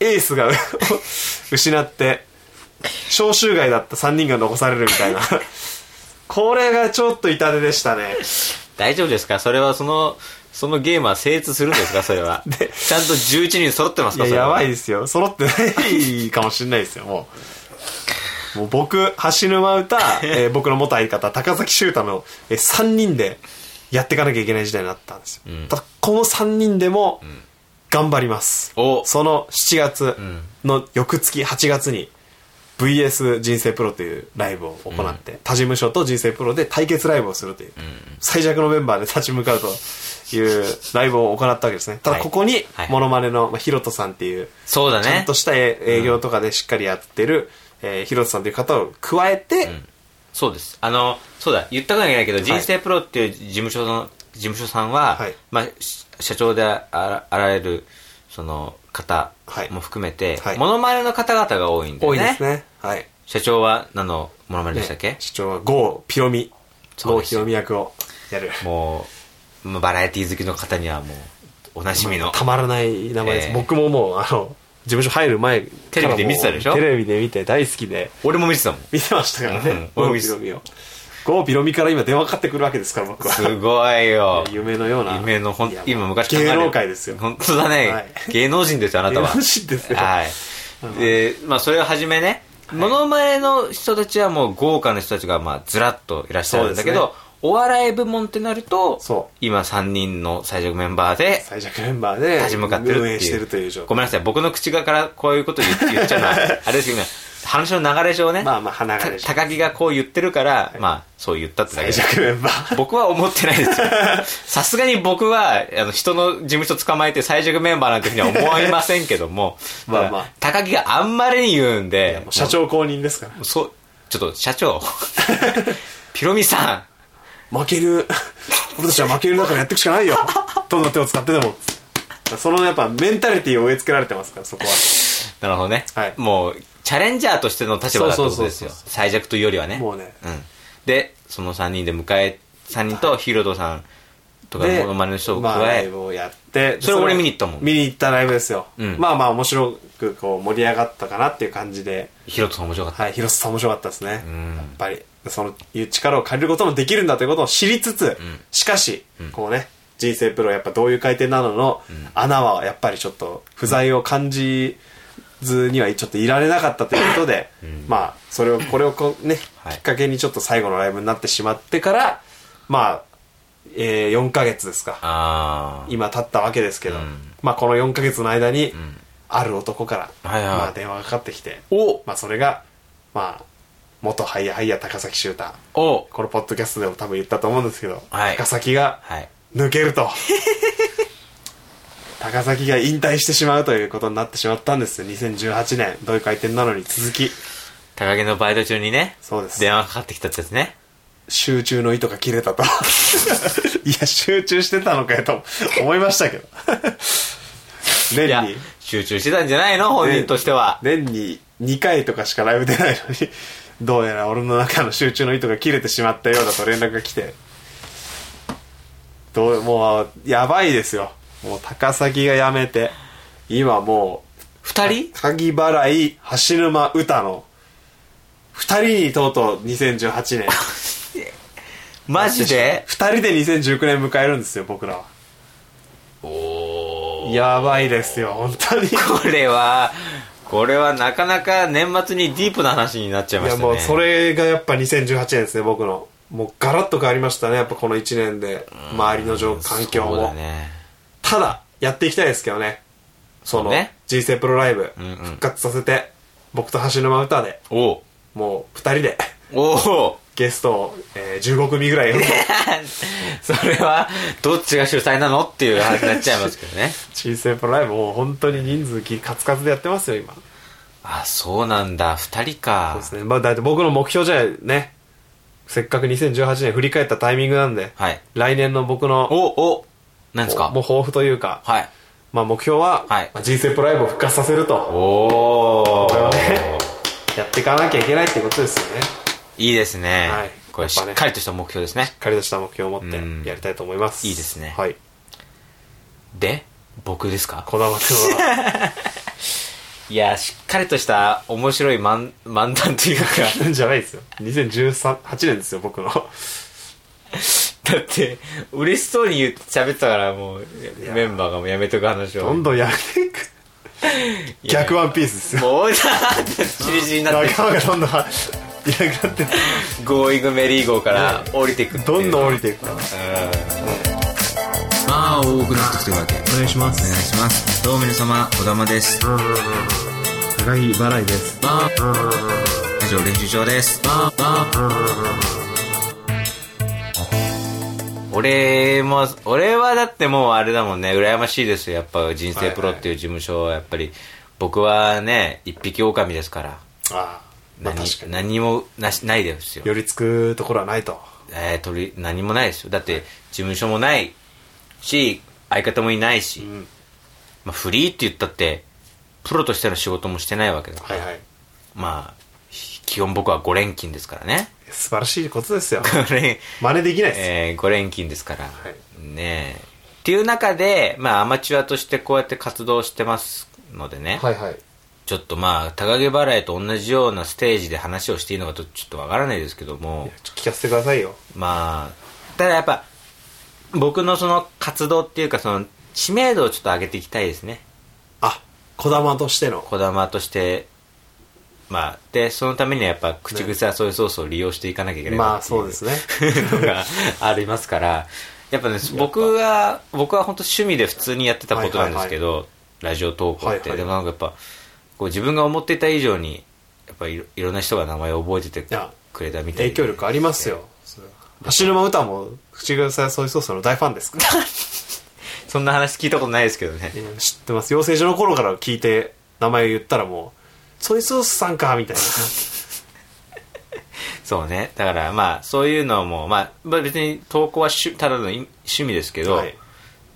B: エースが 失って招集外だった3人が残されるみ たいなこれがちょっと痛手でしたね
A: 大丈夫ですかそれはその、そのゲームは成立するんですかそれ は。ちゃんと11人揃ってます
B: い
A: か
B: や、
A: それは
B: やばいですよ。揃ってないかもしれないですよ、もう。もう僕、橋 沼歌、えー僕の元相方、高崎修太の、え3人でやっていかなきゃいけない時代になったんですよ。
A: うん
B: ただ、この3人でも、頑張ります。
A: お
B: その7月の翌月、8月に、VS 人生プロというライブを行って、他事務所と人生プロで対決ライブをするという、最弱のメンバーで立ち向かうというライブを行ったわけですね。ただ
A: はい
B: ここに
A: はい、
B: モノマネの、まあ、ヒロトさんっていう、
A: そうだ
B: ちゃ
A: ね
B: んと。したえ営業とかでしっかりやってる、えーヒロトさんという方を加えて、
A: そうです。あの、そうだ、言ったことはいけないけど、人生プロっていう事務所の、事務所さんは、
B: はい
A: まあ、し社長であらあられる、その、方
B: はい
A: も含めて、
B: はい
A: モノマネの方々が多いんだよ
B: 多い
A: ね。
B: ですね。はい。
A: 社長は何のモノマネでしたっけ、
B: ね市長は郷ピロミ、
A: そう
B: 郷
A: です
B: ひろみ役をやる。
A: もう、まあバラエティ好きの方にはもう、おなじみの。
B: たまらない名前です、
A: ええ
B: 僕ももうあの事務所入る前からも
A: テレビ
B: う
A: で見てたでしょ
B: テレビで見て大好きで
A: 俺も見てたもん。
B: 見てましたからね
A: うん
B: ゴーピロミをゴーピロミから今電話かかってくるわけですから僕は
A: すごいよ。
B: 夢のような
A: 夢のほん
B: いや、
A: 今昔考える
B: 芸能界ですよ
A: 本当だね、
B: はい
A: 芸能人ですよ、あなたは。
B: 芸能人ですよ
A: はい。で、まあ、それをはじめね、モノマネの人たちはもう豪華な人たちが、まあ、ずらっといらっしゃるんだけ
B: そう
A: ど、
B: です
A: お笑い部門ってなると
B: そう、
A: 今3人の最弱メンバーで、
B: 最弱メンバーで
A: 立ち向かってるって
B: 運
A: いう
B: 営してるという状
A: ご
B: 態
A: めんなさい僕の口からこういうこと言っ言っちゃうのはあれですけど今話の流れ上ね
B: まあまあ花が
A: た
B: ね
A: 高木がこう言ってるから、まあそう言ったってだけ
B: 最
A: で
B: 弱メンバー
A: 僕は思ってないです よさすがに僕はあの人の事務所捕まえて最弱メンバーなんていうふうには思いませんけども
B: まあまあ
A: ただ高木があんまりに言うんで
B: もう社長公認ですから
A: そうちょっと社 長ピロミさ
B: 負ける 俺たちは負ける中でやっていくしかないよどんな手を使ってでもそのやっぱメンタリティを植え付けられてますからそこは
A: んなるほどね、
B: はい
A: もうチャレンジャーとしての立場だってことですよ
B: そうそうそうそ
A: 最弱というよりはね
B: もうね
A: うん、でその3人で迎え3人とヒーロードさんとか
B: で
A: モノマネの人を加
B: まあ、ライ
A: え、
B: ブをやって
A: それ俺見に行ったもん
B: 見に行ったライブですよ、
A: うん
B: まあまあ面白くこう盛り上がったかなっていう感じで
A: ヒーロードさん面白かった、
B: はい広瀬さん面白かったですね、
A: ん
B: やっぱりそのいう力を借りることもできるんだということを知りつつ、しかし、こうね人生プロやっぱどういう回転なのの穴はやっぱりちょっと不在を感じずにはちょっといられなかったということで、まあそれをこれをこうね、
A: はい
B: きっかけにちょっと最後のライブになってしまってからまあ、えー、4ヶ月ですか
A: ああ
B: 今経ったわけですけど、
A: うん
B: まあこの4ヶ月の間に、ある男から、
A: はいはい
B: まあ電話がかかってきて、
A: お
B: まあそれが、まあ、元ハイヤハイヤ高崎修太。
A: お
B: このポッドキャストでも多分言ったと思うんですけど、
A: はい
B: 高崎が
A: はい
B: 抜けると。 高崎が引退してしまうということになってしまったんですよ。2018年、どういう回転なのに続き、
A: 高木のバイト中にね
B: そうです
A: 電話かかってきたってやつね
B: 集中の糸が切れたと。 いや、集中してたのかよと思いましたけど。
A: いや
B: 年に。
A: 集中してたんじゃないの本人としては、
B: 年に2回とかしかライブ出ないのに どうやら俺の中の集中の糸が切れてしまったようだと連絡が来てどうもうやばいですよもう高崎がやめて今も
A: 二人
B: う鍵払い橋沼歌の2人にとうとう2018年
A: マジで
B: 2人で2019年迎えるんですよ僕らは
A: おお
B: やばいですよ本当に
A: これはこれはなかなか年末にディープな話になっちゃい
B: い
A: まし
B: や
A: たね
B: もうそれがやっぱ2018年ですね僕のもうガラッと変わりましたねやっぱこの1年で周りの状環境
A: そう
B: も、
A: だね
B: ただやっていきたいですけどねそ
A: そ
B: の
A: うね
B: G セプロライブ
A: うんうん
B: 復活させて、僕と橋沼歌で
A: おう
B: もう2人で
A: おお
B: ゲストを、えー15組ぐらい呼んで
A: それはどっちが主催なのっていう話になっちゃいますけどね
B: G セプロライブもう本当に人数きカツカツでやってますよ今
A: あそうなんだ2人
B: そう
A: か
B: ですねまあだって僕の目標じゃねせっかく2018年振り返ったタイミングなんで、
A: はい
B: 来年の僕の
A: おお何ですか
B: もう抱負というか、
A: はい
B: まあ、目標は、
A: はい
B: まあ、人生プライブを復活させる
A: お
B: と
A: お
B: これをねやっていかなきゃいけないってことですよねし
A: いいですね、
B: はい
A: これしっかりとした目標ですね
B: っかりとした目標を持っ
A: うん
B: てやりたいと思います
A: いいですね
B: はい
A: で僕ですか
B: 児玉君は
A: いやしっかりとした面白い漫 漫談というか
B: じゃな いですよ2018年ですよ僕の
A: だって嬉しそうに言って喋ってたからもうメンバーがもうやめとく話を
B: どんどんやめていく
A: いや
B: 逆ワンピースですよ
A: もうだ ってチリチリになって
B: 仲間がどんどんいなくなって
A: ゴーイングメリー号から降りてくっていう
B: どんどん降
A: り
B: りていくから
A: まあ多くなってきてるわけ
B: お願いしま
A: お願いしますどうも皆様小玉です
B: 高木払いです
A: 以上練習場です俺も俺はだってもうあれだもんね羨ましいですよやっぱ人生プロっていう事務所はやっぱり僕はね一匹狼ですから
B: ああまあ
A: 何
B: 確かに
A: 何もなしないですよ
B: 寄りつくところはないと
A: えー、取り何もないですよだって事務所もないし相方もいないし、
B: ん
A: まあ、フリーって言ったってプロとしての仕事もしてないわけだから、
B: はいはい
A: まあ基本僕は5連勤ですからね
B: 素晴らしいことですよ
A: これ
B: 真似できないです、
A: えー、5連勤ですから、
B: い
A: ねえっていう中で、まあ、アマチュアとしてこうやって活動してますのでね、
B: はいはい
A: ちょっとまあ高木払いと同じようなステージで話をしていいのかとちょっとわからないですけども
B: ちょっと聞かせてくださいよ
A: まあただやっぱ僕のその活動っていうかその知名度をちょっと上げていきたいですね
B: あ児玉としての
A: 児玉としてまあでそのためにはやっぱ口癖はそういうソースを利用していかなきゃいけない
B: ま
A: な
B: あ
A: ってい
B: そうですね
A: のがありますからやっぱね僕は僕は本当趣味で普通にやってたことなんですけど、ラジオ投稿って、
B: はいはい
A: でもなんかやっぱこう自分が思っていた以上にやっぱいろいろんな人が名前を覚えてて
B: いや
A: くれたみたい
B: 影響力ありますよ橋沼歌も口癖ソイソースの大ファンですから
A: そんな話聞いたことないですけどね
B: いや知ってます養成所の頃から聞いて名前言ったらもうソイソースさんかみたいな
A: そうね。だからまあ、そういうのも、まあ、まあ別に投稿は趣ただの趣趣味ですけど、
B: はい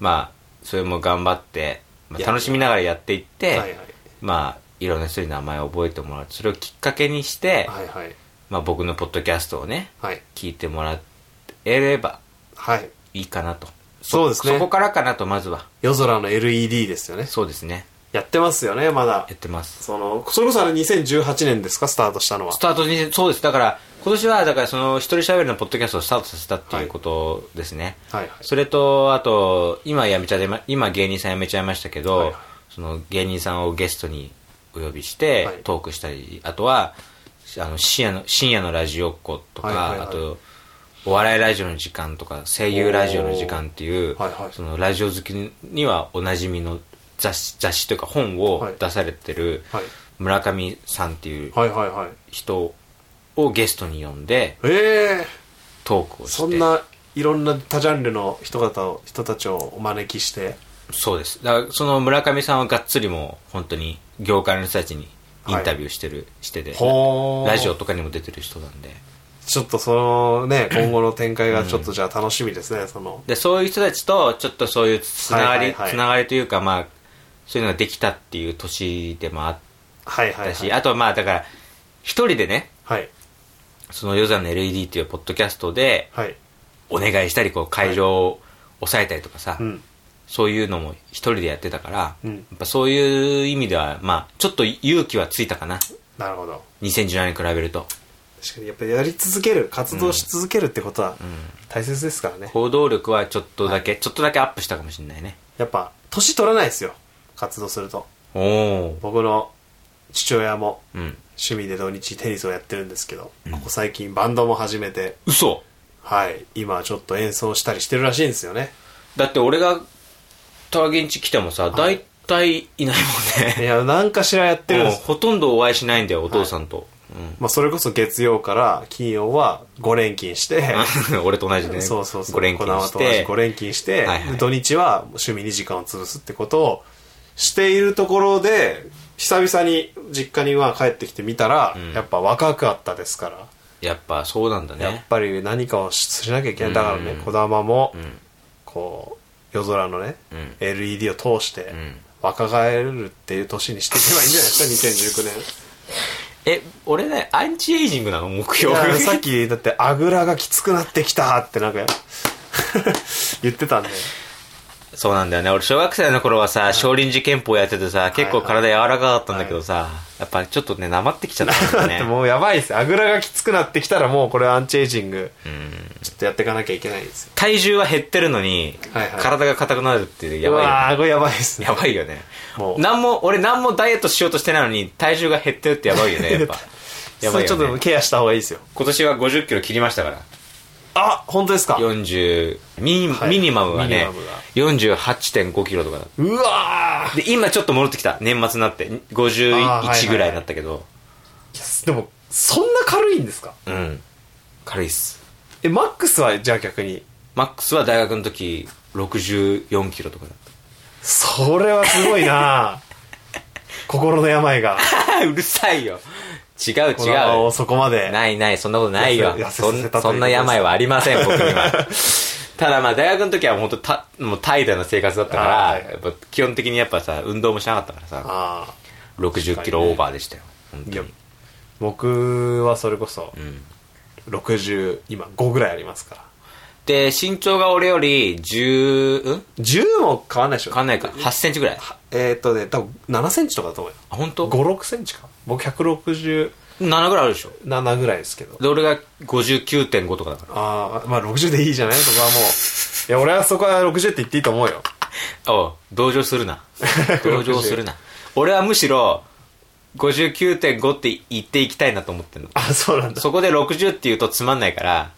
A: まあ、それも頑張って、ま
B: い
A: あ、
B: や
A: 楽しみながらやっていって、
B: はいはい
A: まあ、いろんな人に名前を覚えてもらう。それをきっかけにして、
B: はいはい
A: まあ僕のポッドキャストをね、
B: はい
A: 聞いてもらえれば
B: はい
A: いいかなと。
B: そうですね
A: そこからかなと、まずは。
B: 夜空の LED ですよね
A: そうですね。
B: やってますよねまだ
A: やってます。
B: そのそれこそあれ2018年ですかスタートしたのは
A: スタートに、そうです。だから、今年は、だからその、一人喋りのポッドキャストをスタートさせたっていうことですね。
B: はいはい
A: それと、あと、今辞めちゃいま、今芸人さん辞めちゃいましたけど、
B: はいはい
A: その芸人さんをゲストにお呼びして、
B: はい
A: トークしたり、あとは、あの、深夜の、深夜のラジオっ子とか、
B: はいはいはい
A: あと、お笑いラジオの時間とか、声優ラジオの時間っていう、
B: おーはいはい
A: そのラジオ好きにはおなじみの雑誌、雑誌というか本を出されてる、
B: はいはい
A: 村上さんっていう
B: はいはいはい
A: 人をゲストに呼んで
B: ええ
A: トークをして
B: そんないろんな多ジャンルの人々を人たちをお招きして
A: そうですだからその村上さんはがっつりもう本当に業界の人たちにインタビューしてる、してて
B: ほー
A: ラジオとかにも出てる人なんで
B: ちょっとその ね今後の展開がちょっとじゃあ楽しみですね、その
A: でそういう人たちとちょっとそういうつなが
B: はいは
A: り
B: いはい
A: つながりというかまあそういうのができたっていう年でもあっ
B: はいはい
A: た
B: は
A: し、
B: い
A: あとはまあだから一人でね
B: はい
A: その夜空の LED っていうポッドキャストで
B: はい
A: お願いしたりこう会場を抑えたりとかさ、
B: うん
A: そういうのも一人でやってたから、
B: うん
A: やっぱそういう意味では、まあ、ちょっと勇気はついたかな。
B: なるほど
A: 2017年に比べると。
B: 確かにやっぱりやり続ける活動し続けるってことは大切ですからね、
A: 行動力はちょっとだけ、ちょっとだけアップしたかもしれないね。
B: やっぱ年取らないですよ活動すると
A: おお。
B: 僕の父親も
A: うん。
B: 趣味で土日テニスをやってるんですけど、ここ最近バンドも始めて、
A: 嘘
B: はい、今ちょっと演奏したりしてるらしいんですよね。
A: だって俺が、タワゲンチ来てもさ、大体いないもん
B: い
A: ね。
B: や、なんかしらやってるん
A: もう
B: です。
A: ほとんどお会いしないんだよ、お父さんと。
B: まあ、それこそ月曜から金曜は5連 勤して、
A: うん俺と同じでね。
B: そうそうそ
A: 5
B: う。
A: 連勤し
B: こだわと同じ
A: て。
B: 5連勤して、
A: はいはい
B: で土日は趣味に時間を潰すってことをしているところで、久々に実家には帰ってきてみたら、
A: ん
B: やっぱ若かったですから、
A: やっぱそうなんだ
B: やっ
A: ね。
B: ぱり何かをししなきゃいけない。だからね、
A: うん
B: 児玉も、
A: うん。
B: こう、夜空のね、
A: うん
B: LED を通して、
A: ん
B: 若返るっていう年にしていけばいいんじゃ ないですか、2019年。
A: え、俺ね、アンチエイジングなの、目標。
B: いやさっきだってあぐらがきつくなってきたってなんか 言ってたんで
A: そうなんだよね。俺、小学生の頃はさ、少林寺拳法やっててさ、結構体柔らかかったんだけどさ、やっぱちょっとね、なまってきちゃったんだ
B: だって
A: よね。
B: もうやばいですあぐらがきつくなってきたらもうこれアンチエイジング
A: うん
B: ちょっとやっていかなきゃいけないですよ
A: 体重は減ってるのに、
B: はいはい
A: 体が硬くなるっていう、や
B: う
A: ばいよね
B: わーこれやばいですね
A: やばいよね。
B: もう。
A: なんも、俺なんもダイエットしようとしてないのに、体重が減ってるってやばいよね、やっぱやばいよ
B: それちょっ
A: ね
B: と。ケアした方がいいですよ
A: 今年は50キロ切りましたから。
B: あ本当ですか
A: 40、ミニ
B: はい
A: ミニマムはね
B: ミニマムが、
A: 48.5キロとかだった
B: うわー
A: で、今ちょっと戻ってきた。年末になって。
B: あーはいはいはい
A: 51ぐらいになったけど。
B: でもそんな軽いんですか
A: うん。軽いっす。
B: えマックスはじゃあ逆に
A: マックスは大学の時、64キロとかだっ
B: それはすごいな 心の病が
A: た。 うるさいよ。 違う
B: この
A: 違う。
B: そこま で
A: ないない、そんなことないよ
B: 痩せ。
A: そ
B: 痩せさせ
A: ん
B: たということです
A: そんな病はありま せん、僕には。ただまあ大学の時は本当た、もう怠惰な生活だったか
B: あー
A: ら
B: は、い
A: やっぱ基本的にやっぱさ、運動もしなかったからさ、
B: ああ
A: 60キロオーバーでしたよ。本
B: い
A: 当
B: や
A: に。
B: 僕はそれこそ
A: うん
B: 60今5ぐらいありますから
A: で、身長が俺より10、うん
B: 10も変わんないでしょ
A: 変わんないか。8センチぐらい。あ、
B: えーっとね多分7センチとかだと思うよ
A: 本当
B: 56センチか僕167
A: ?7 ぐらいあるでしょ。
B: ぐらいですけど
A: で、俺が59.5とかだ から。
B: ああまあ60でいいじゃないそこはもういや俺はそこは60って言っていいと思うよ
A: おう同情する な同情するな俺はむしろ59.5って言っていきたいなと思ってんの
B: あそう なんだ
A: そこで60って言うとつまんない から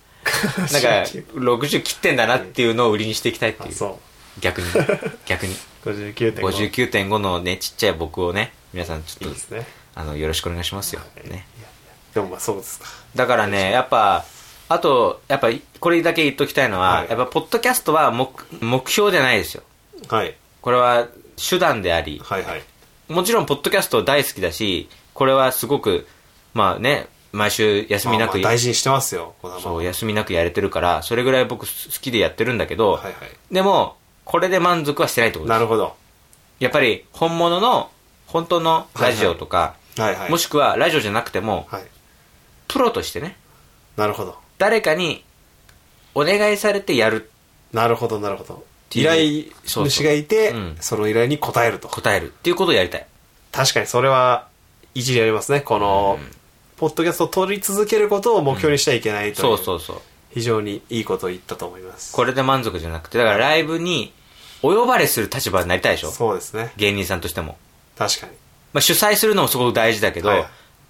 A: なんか60切ってんだなっていうのを売りにしていきたいってい
B: あ
A: う
B: そ
A: 逆に 逆に
B: う59.5
A: 59.5のねちっちゃい僕をね皆さんち
B: い
A: ょっ
B: いで
A: と
B: すね
A: あのよろしくお願いしますよ、ね、
B: でもまあそうですか
A: だからねやっぱあとやっぱこれだけ言っときたいのは、
B: はい
A: やっぱポッドキャストは目目標じゃないですよ
B: はい
A: これは手段であり、
B: はいはい
A: もちろん、ポッドキャスト大好きだし、これはすごく、まあね、毎週休
B: まあ
A: み
B: ま
A: な
B: あ
A: く、
B: 大事にしてますよこの
A: そう、休みなくやれてるから、それぐらい僕好きでやってるんだけど、
B: はいは
A: でも、これで満足はしてないってこ
B: い
A: とで
B: な
A: す。
B: るほど
A: やっぱり、本物の、本当のラジオとか、
B: はいはい
A: もしくはラジオじゃなくても、
B: はい
A: プロとしてね、
B: なるほど
A: 誰かにお願いされてやる、
B: なるほどなるほど
A: て
B: 依
A: いう
B: 頼
A: そうそ
B: 主
A: う
B: がいて
A: うん
B: その依頼に応えると
A: 答えるっていうことをやりたい。
B: 確かにそれは一理ありますねこの、ポッドキャストを取り続けることを目標にしちゃいけないという、
A: そうそうそう。
B: 非常にいいことを言ったと思います
A: これで満足じゃなくて、だからライブにお呼ばれする立場になりたいでしょ
B: そうですね
A: 芸人さんとしても。
B: 確かに
A: まあ、主催するのもすごく大事だけど、
B: はい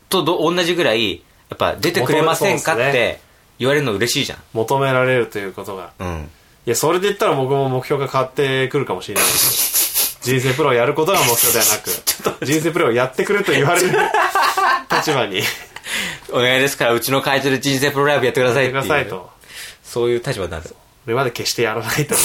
A: とど同じぐらい、やっぱ出てくれませんかっ
B: 求めそうです
A: て言われるの嬉しいじゃん。
B: 求められるということが
A: うん。
B: いやそれで言ったら僕も目標が変わってくるかもし れないです人生プロをやることが目標ではなく人生プロをやってくれと言 われる立場に
A: お願いですから、うちの会社で人生プロライブやってくださいっ
B: しててく
A: いう。
B: ださいと
A: そういう立場になる。
B: これまで決してやらないと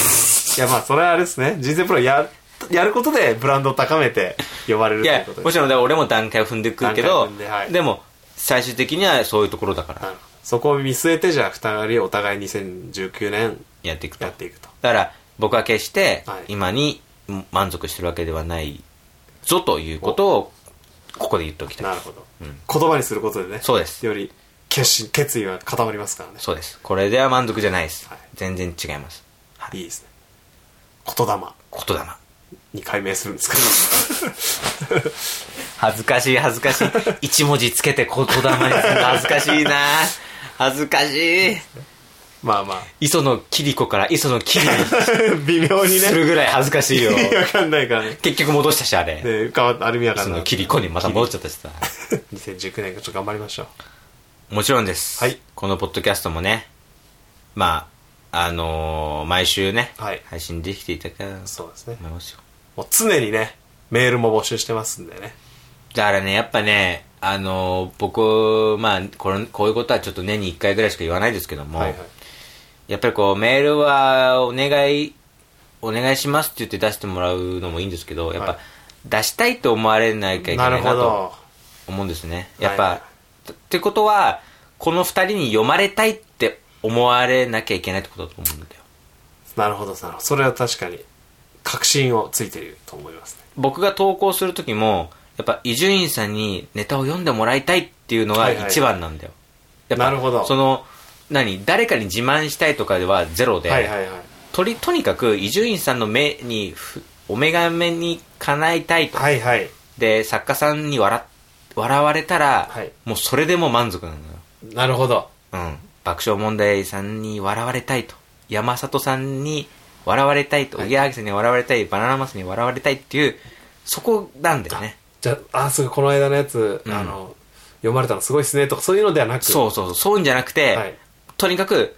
B: いやまあそれはあれですね人生プロややることでブランドを高めて呼ばれる
A: い
B: という
A: や
B: こと、で
A: もちろん、俺も段階を踏んでくるけど、
B: 段階踏んではい
A: も、最終的にはそういうところだから、
B: なるほどそこを見据えてじゃあ二人お互い2019年
A: やっていくと。
B: やっ
A: だ
B: ていくと
A: から、僕は決して
B: はい、
A: 今に満足してるわけではないぞということを、ここで言っておきたい。
B: なるほど、言葉にすることでね
A: そうです
B: より決心決意が固まりますからね
A: そうです。これでは満足じゃないです。
B: はい
A: 全然違います。はい
B: いいですね言霊
A: 言霊。
B: に改名するんですか
A: 恥ずかしい恥ずかしい一文字つけて言霊にするの恥ずかしいな恥ずかしい
B: まあまあ
A: 磯野キリコから磯野キリに
B: 微妙にね
A: するぐらい恥ずかしいよ
B: 意味わかんないからね
A: 結局戻したしあれ、
B: で変わっアルミアか
A: 磯
B: な
A: 野キリコにまた戻っちゃったしさ
B: 2019年ちょっと頑張りましょう
A: もちろんです、
B: はい
A: このポッドキャストもねまああのー毎週ね、
B: はい
A: 配信できていたから
B: そうですね
A: 思いますよ
B: もう常にねメールも募集してますんでね
A: だからねやっぱねあのー僕まあこれこういうことはちょっと年に1回ぐらいしか言わないですけども、
B: はいはい
A: やっぱりこうメールはお願いお願いしますって言って出してもらうのもいいんですけどやっぱ、
B: はい
A: 出したいと思われないきゃいけ
B: な
A: な
B: る
A: い
B: ほ
A: なと
B: ど
A: 思うんですねやっぱ、
B: はい
A: っってことはこの2人に読まれたいって思われなきゃいけないってことだと思うんだよ
B: なるほどなるほどそれは確かに確信をついていると思いますね
A: 僕が投稿する時もやっぱ伊集院さんにネタを読んでもらいたいっていうのが
B: はいはい
A: 一番なんだよ、やっぱ
B: なるほど
A: その何誰かに自慢したいとかではゼロで、
B: はいはいはい
A: とりとにかく伊集院さんの目にふお眼鏡に叶えたいと、
B: はいはい
A: で作家さんに笑笑われたら、
B: はい
A: もうそれでもう満足なのよ、
B: なるほど
A: うん、爆笑問題さんに笑われたいと山里さんに笑われたいとおぎやはぎさんに笑われたいバナナマスに笑われたいっていうそこなんだよね
B: じゃああすごいこの間のやつ、
A: うん
B: あの読まれたのすごいですねとかそういうのではなく
A: そうそうそうそういうんじゃなくて、
B: はい
A: とにかく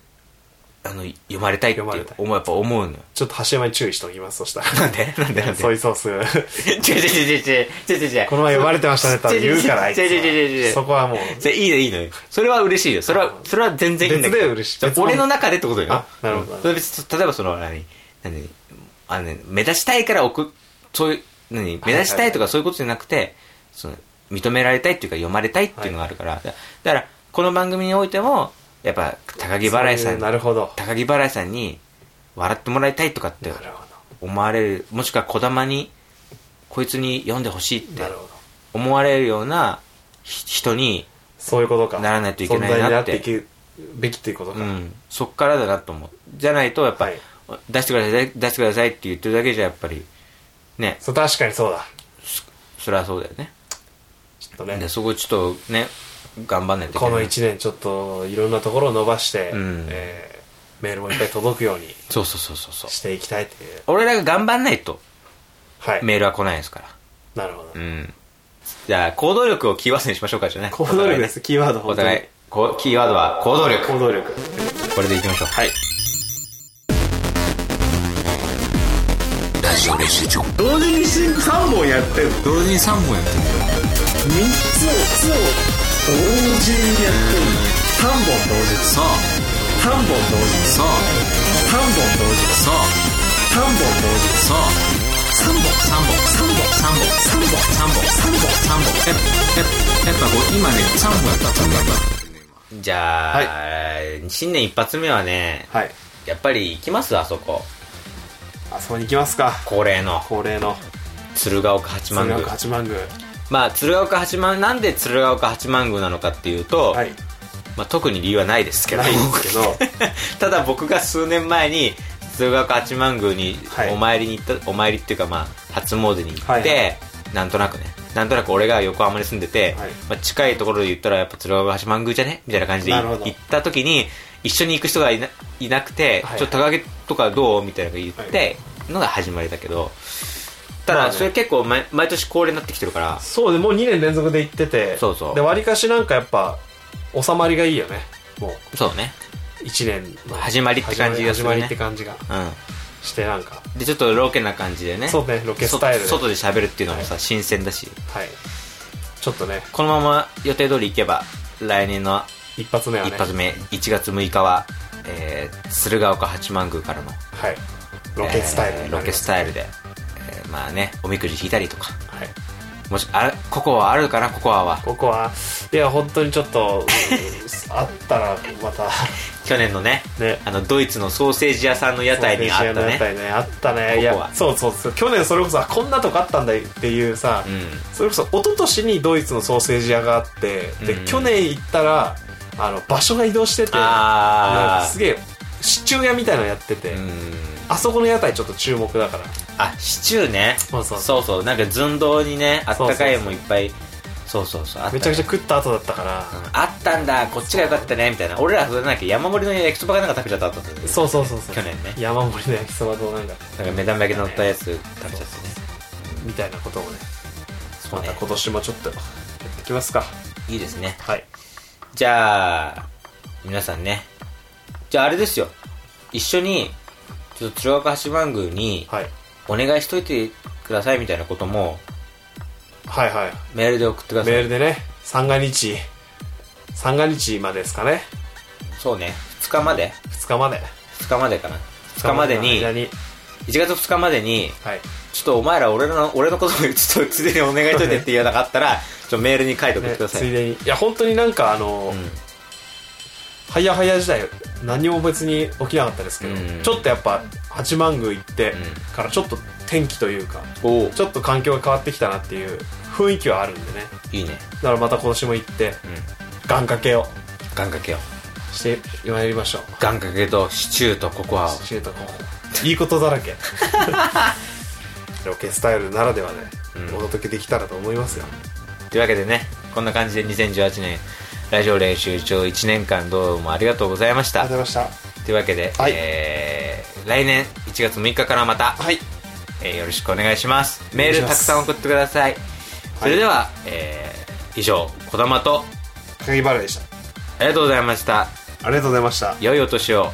A: あの読まれたいっていう
B: 読まれたい
A: 思うやっぱ思うのよ
B: ちょっと橋山に注意しておきますそしたら
A: なんでなんでなんで
B: ソイソース
A: 違う違う違う違う違う違う
B: この前呼ばれてましたねとは言うからあいつ
A: 違う違う違う違う違う
B: はそこはもう
A: それいいのいいのよそれは嬉しいよそれはそれは全然いいんだけど
B: 別で嬉しい
A: じゃあ
B: 別の
A: 俺の中でってことよ
B: あなるほど
A: うんそれ別に例えばその何何あのね目指したいから送そういう何目指したいとかそういうことじゃなくてその認められたいっていうか読まれたいっていうのがあるから、だだからこの番組においてもやっぱ高木払い
B: そう
A: さ
B: い
A: ん
B: うなるほど
A: 高木払いさんに笑ってもらいたいとかって
B: なるほ
A: 思われるもしくは児玉にこいつに読んでほしいって
B: どなるほど
A: 思われるようなひ人に、
B: そういうことか
A: ならないといけないなって
B: 存在になっていくべきっていうことか、
A: うん、そっからだなと思うじゃないとやっぱ、
B: はい
A: 出してください出してくださいって言ってるだけじゃやっぱりね
B: そう確かにそうだ
A: そりゃそうだよね
B: ちょっとね
A: でそこちょっとね頑張んないといけ
B: こ
A: な
B: の
A: い
B: 1年ちょっといろんなところを伸ばして、
A: うん
B: えーメールもいっぱい届くように
A: そうそうそうそうそう
B: していきたいという
A: 俺らが頑張んないと
B: はい
A: メールは来ないですから
B: なるほど、
A: うんじゃあ行動力をキーワードにしましょうかじゃあね
B: 行動力ですキーワード
A: お
B: 本当に
A: 互い,、こうキーワードは行動力
B: 行動力
A: これでいきましょうはい
C: 同時にシンク3本やってる
A: 同時に3本やってる
C: 3つを同時にやってる3本同時そう3本同時そう3本同時そう3本同時そう3本3本3本3本3本
D: や
C: 3本3本3本
D: っぱ、やっぱこう今ね、3本やった、3本やった。
A: じゃあ、新年一発目はね、
B: はい
A: やっぱり行きますあそこ
B: あそこに行きますか
A: 恒例の
B: 恒例の
A: 鶴岡八幡宮
B: 鶴岡八幡宮
A: まあ鶴岡八幡なんで鶴岡八幡宮なのかっていうと、
B: はい
A: まあ、特に理由はないですけど
B: ないんですけど
A: ただ僕が数年前に鶴岡八幡宮に
B: はい
A: お参りに行った、お参りっていうかまあ初詣に行って、
B: はいは
A: なんとなくねなんとなく俺が横浜に住んでて、
B: はい
A: まあ、近いところで言ったらやっぱ鶴岡八幡宮じゃねみたいな感じで
B: なるほど
A: 行った時に一緒に行く人がいないなくて、
B: はい
A: ちょっと高木とかどうみたいなのが言って、のが始まりだけどただ
B: まあね
A: それ結構毎毎年恒例になってきてるから
B: そうでもう2年連続で行ってて
A: そうそう
B: でわりかしなんかやっぱ収まりがいいよねもう
A: そうね
B: 1年の
A: 始まりって感じがす
B: 始
A: るね
B: まりって感じが
A: う
B: してなんか
A: んでちょっとロケな感じでね
B: そうねロケスタイルで
A: そ外で喋るっていうのもさ、新鮮だし
B: はいちょっとね
A: このまま予定通り行けば来年の
B: 一発目はね
A: 一発目1月6日は、えー鶴岡八幡宮からの
B: はいロケスタイ
A: え
B: ルに
A: ー
B: な
A: ロ
B: ります
A: ケスタイルで、えーまあねおみくじ引いたりとか
B: はい
A: もしあココアあるかなココアは
B: ここはいや本当にちょっ とうんあったらまた
A: 去年のね
B: ね
A: あのドイツのソーセージ屋さんの屋台にあった
B: そう屋
A: ね
B: 台ねあったねい
A: ここは
B: やそうそうそう去年それこそあこんなとこあったんだっていうさ、
A: うん
B: それこそ一昨年にドイツのソーセージ屋があってで、
A: うん
B: 去年行ったらあの場所が移動しててなんか
A: あ
B: すげえシチュー屋みたいなのやってて、
A: あうん
B: あそこの屋台ちょっと注目だから
A: あシチューね
B: そうそう
A: そうそうなんか寸胴にねあったかいもんいっぱいそうそうそうあったね
B: めちゃくちゃ食った後だったから、
A: あったんだこっちが良かったねみたいな俺らそれなんか山盛りの焼きそばがなんか食べちゃった後だったんだよね
B: そうそうそうそう
A: 去年ね
B: 山盛りの焼きそばとなんか
A: なんか目玉焼きのったやつ食べちゃってね
B: みたいなことをね
A: そ
B: ま
A: うね
B: た今年もちょっとやってきますか
A: いいですね
B: はい
A: じゃあ皆さんねじゃああれですよ一緒にちょっと鶴岡八幡宮に
B: はい
A: お願いしといてくださいみたいなことも
B: はいはい
A: メールで送ってください
B: メールでね三が日三が日までですかね
A: そうね2日まで
B: 2日まで
A: 2日までかな2日までに
B: 二日
A: 1
B: までの間に
A: 月2日までに
B: はい
A: ちょっとお前ら俺の俺のこともちょっとついでにお願いしといてっていうのがあったらちょっとメールに書いておいて
B: ね
A: くださ
B: つ
A: い、
B: いでにいや本当になんかあの
A: うん
B: はやはや時代何も別に起きなかったですけど、
A: うん
B: ちょっとやっぱ八幡宮行って
A: ん
B: からちょっと天気というか
A: おお
B: ちょっと環境が変わってきたなっていう雰囲気はあるんでね
A: いいね
B: だからまた今年も行って
A: うん
B: 願掛けを
A: 願掛けよ
B: してやりましょう
A: 願掛けとシチューとココアを
B: シュート候補いいことだ らけロケスタイルならではで、
A: うん
B: お届けできたらと思いますよ
A: というわけでねこんな感じで2018年ラジオ練習場1年間どうもありがとうございました
B: ございまし
A: というわけで、
B: はい
A: えー来年1月6日からまた、
B: たはい
A: えーよろしくお願いしますメー
B: お
A: ル
B: 願いしま
A: たく
B: す
A: さん送ってくださいそれでは、えー以上児玉と
B: 高木原でした
A: ありがとうございました
B: ありがとうございました
A: 良いお年を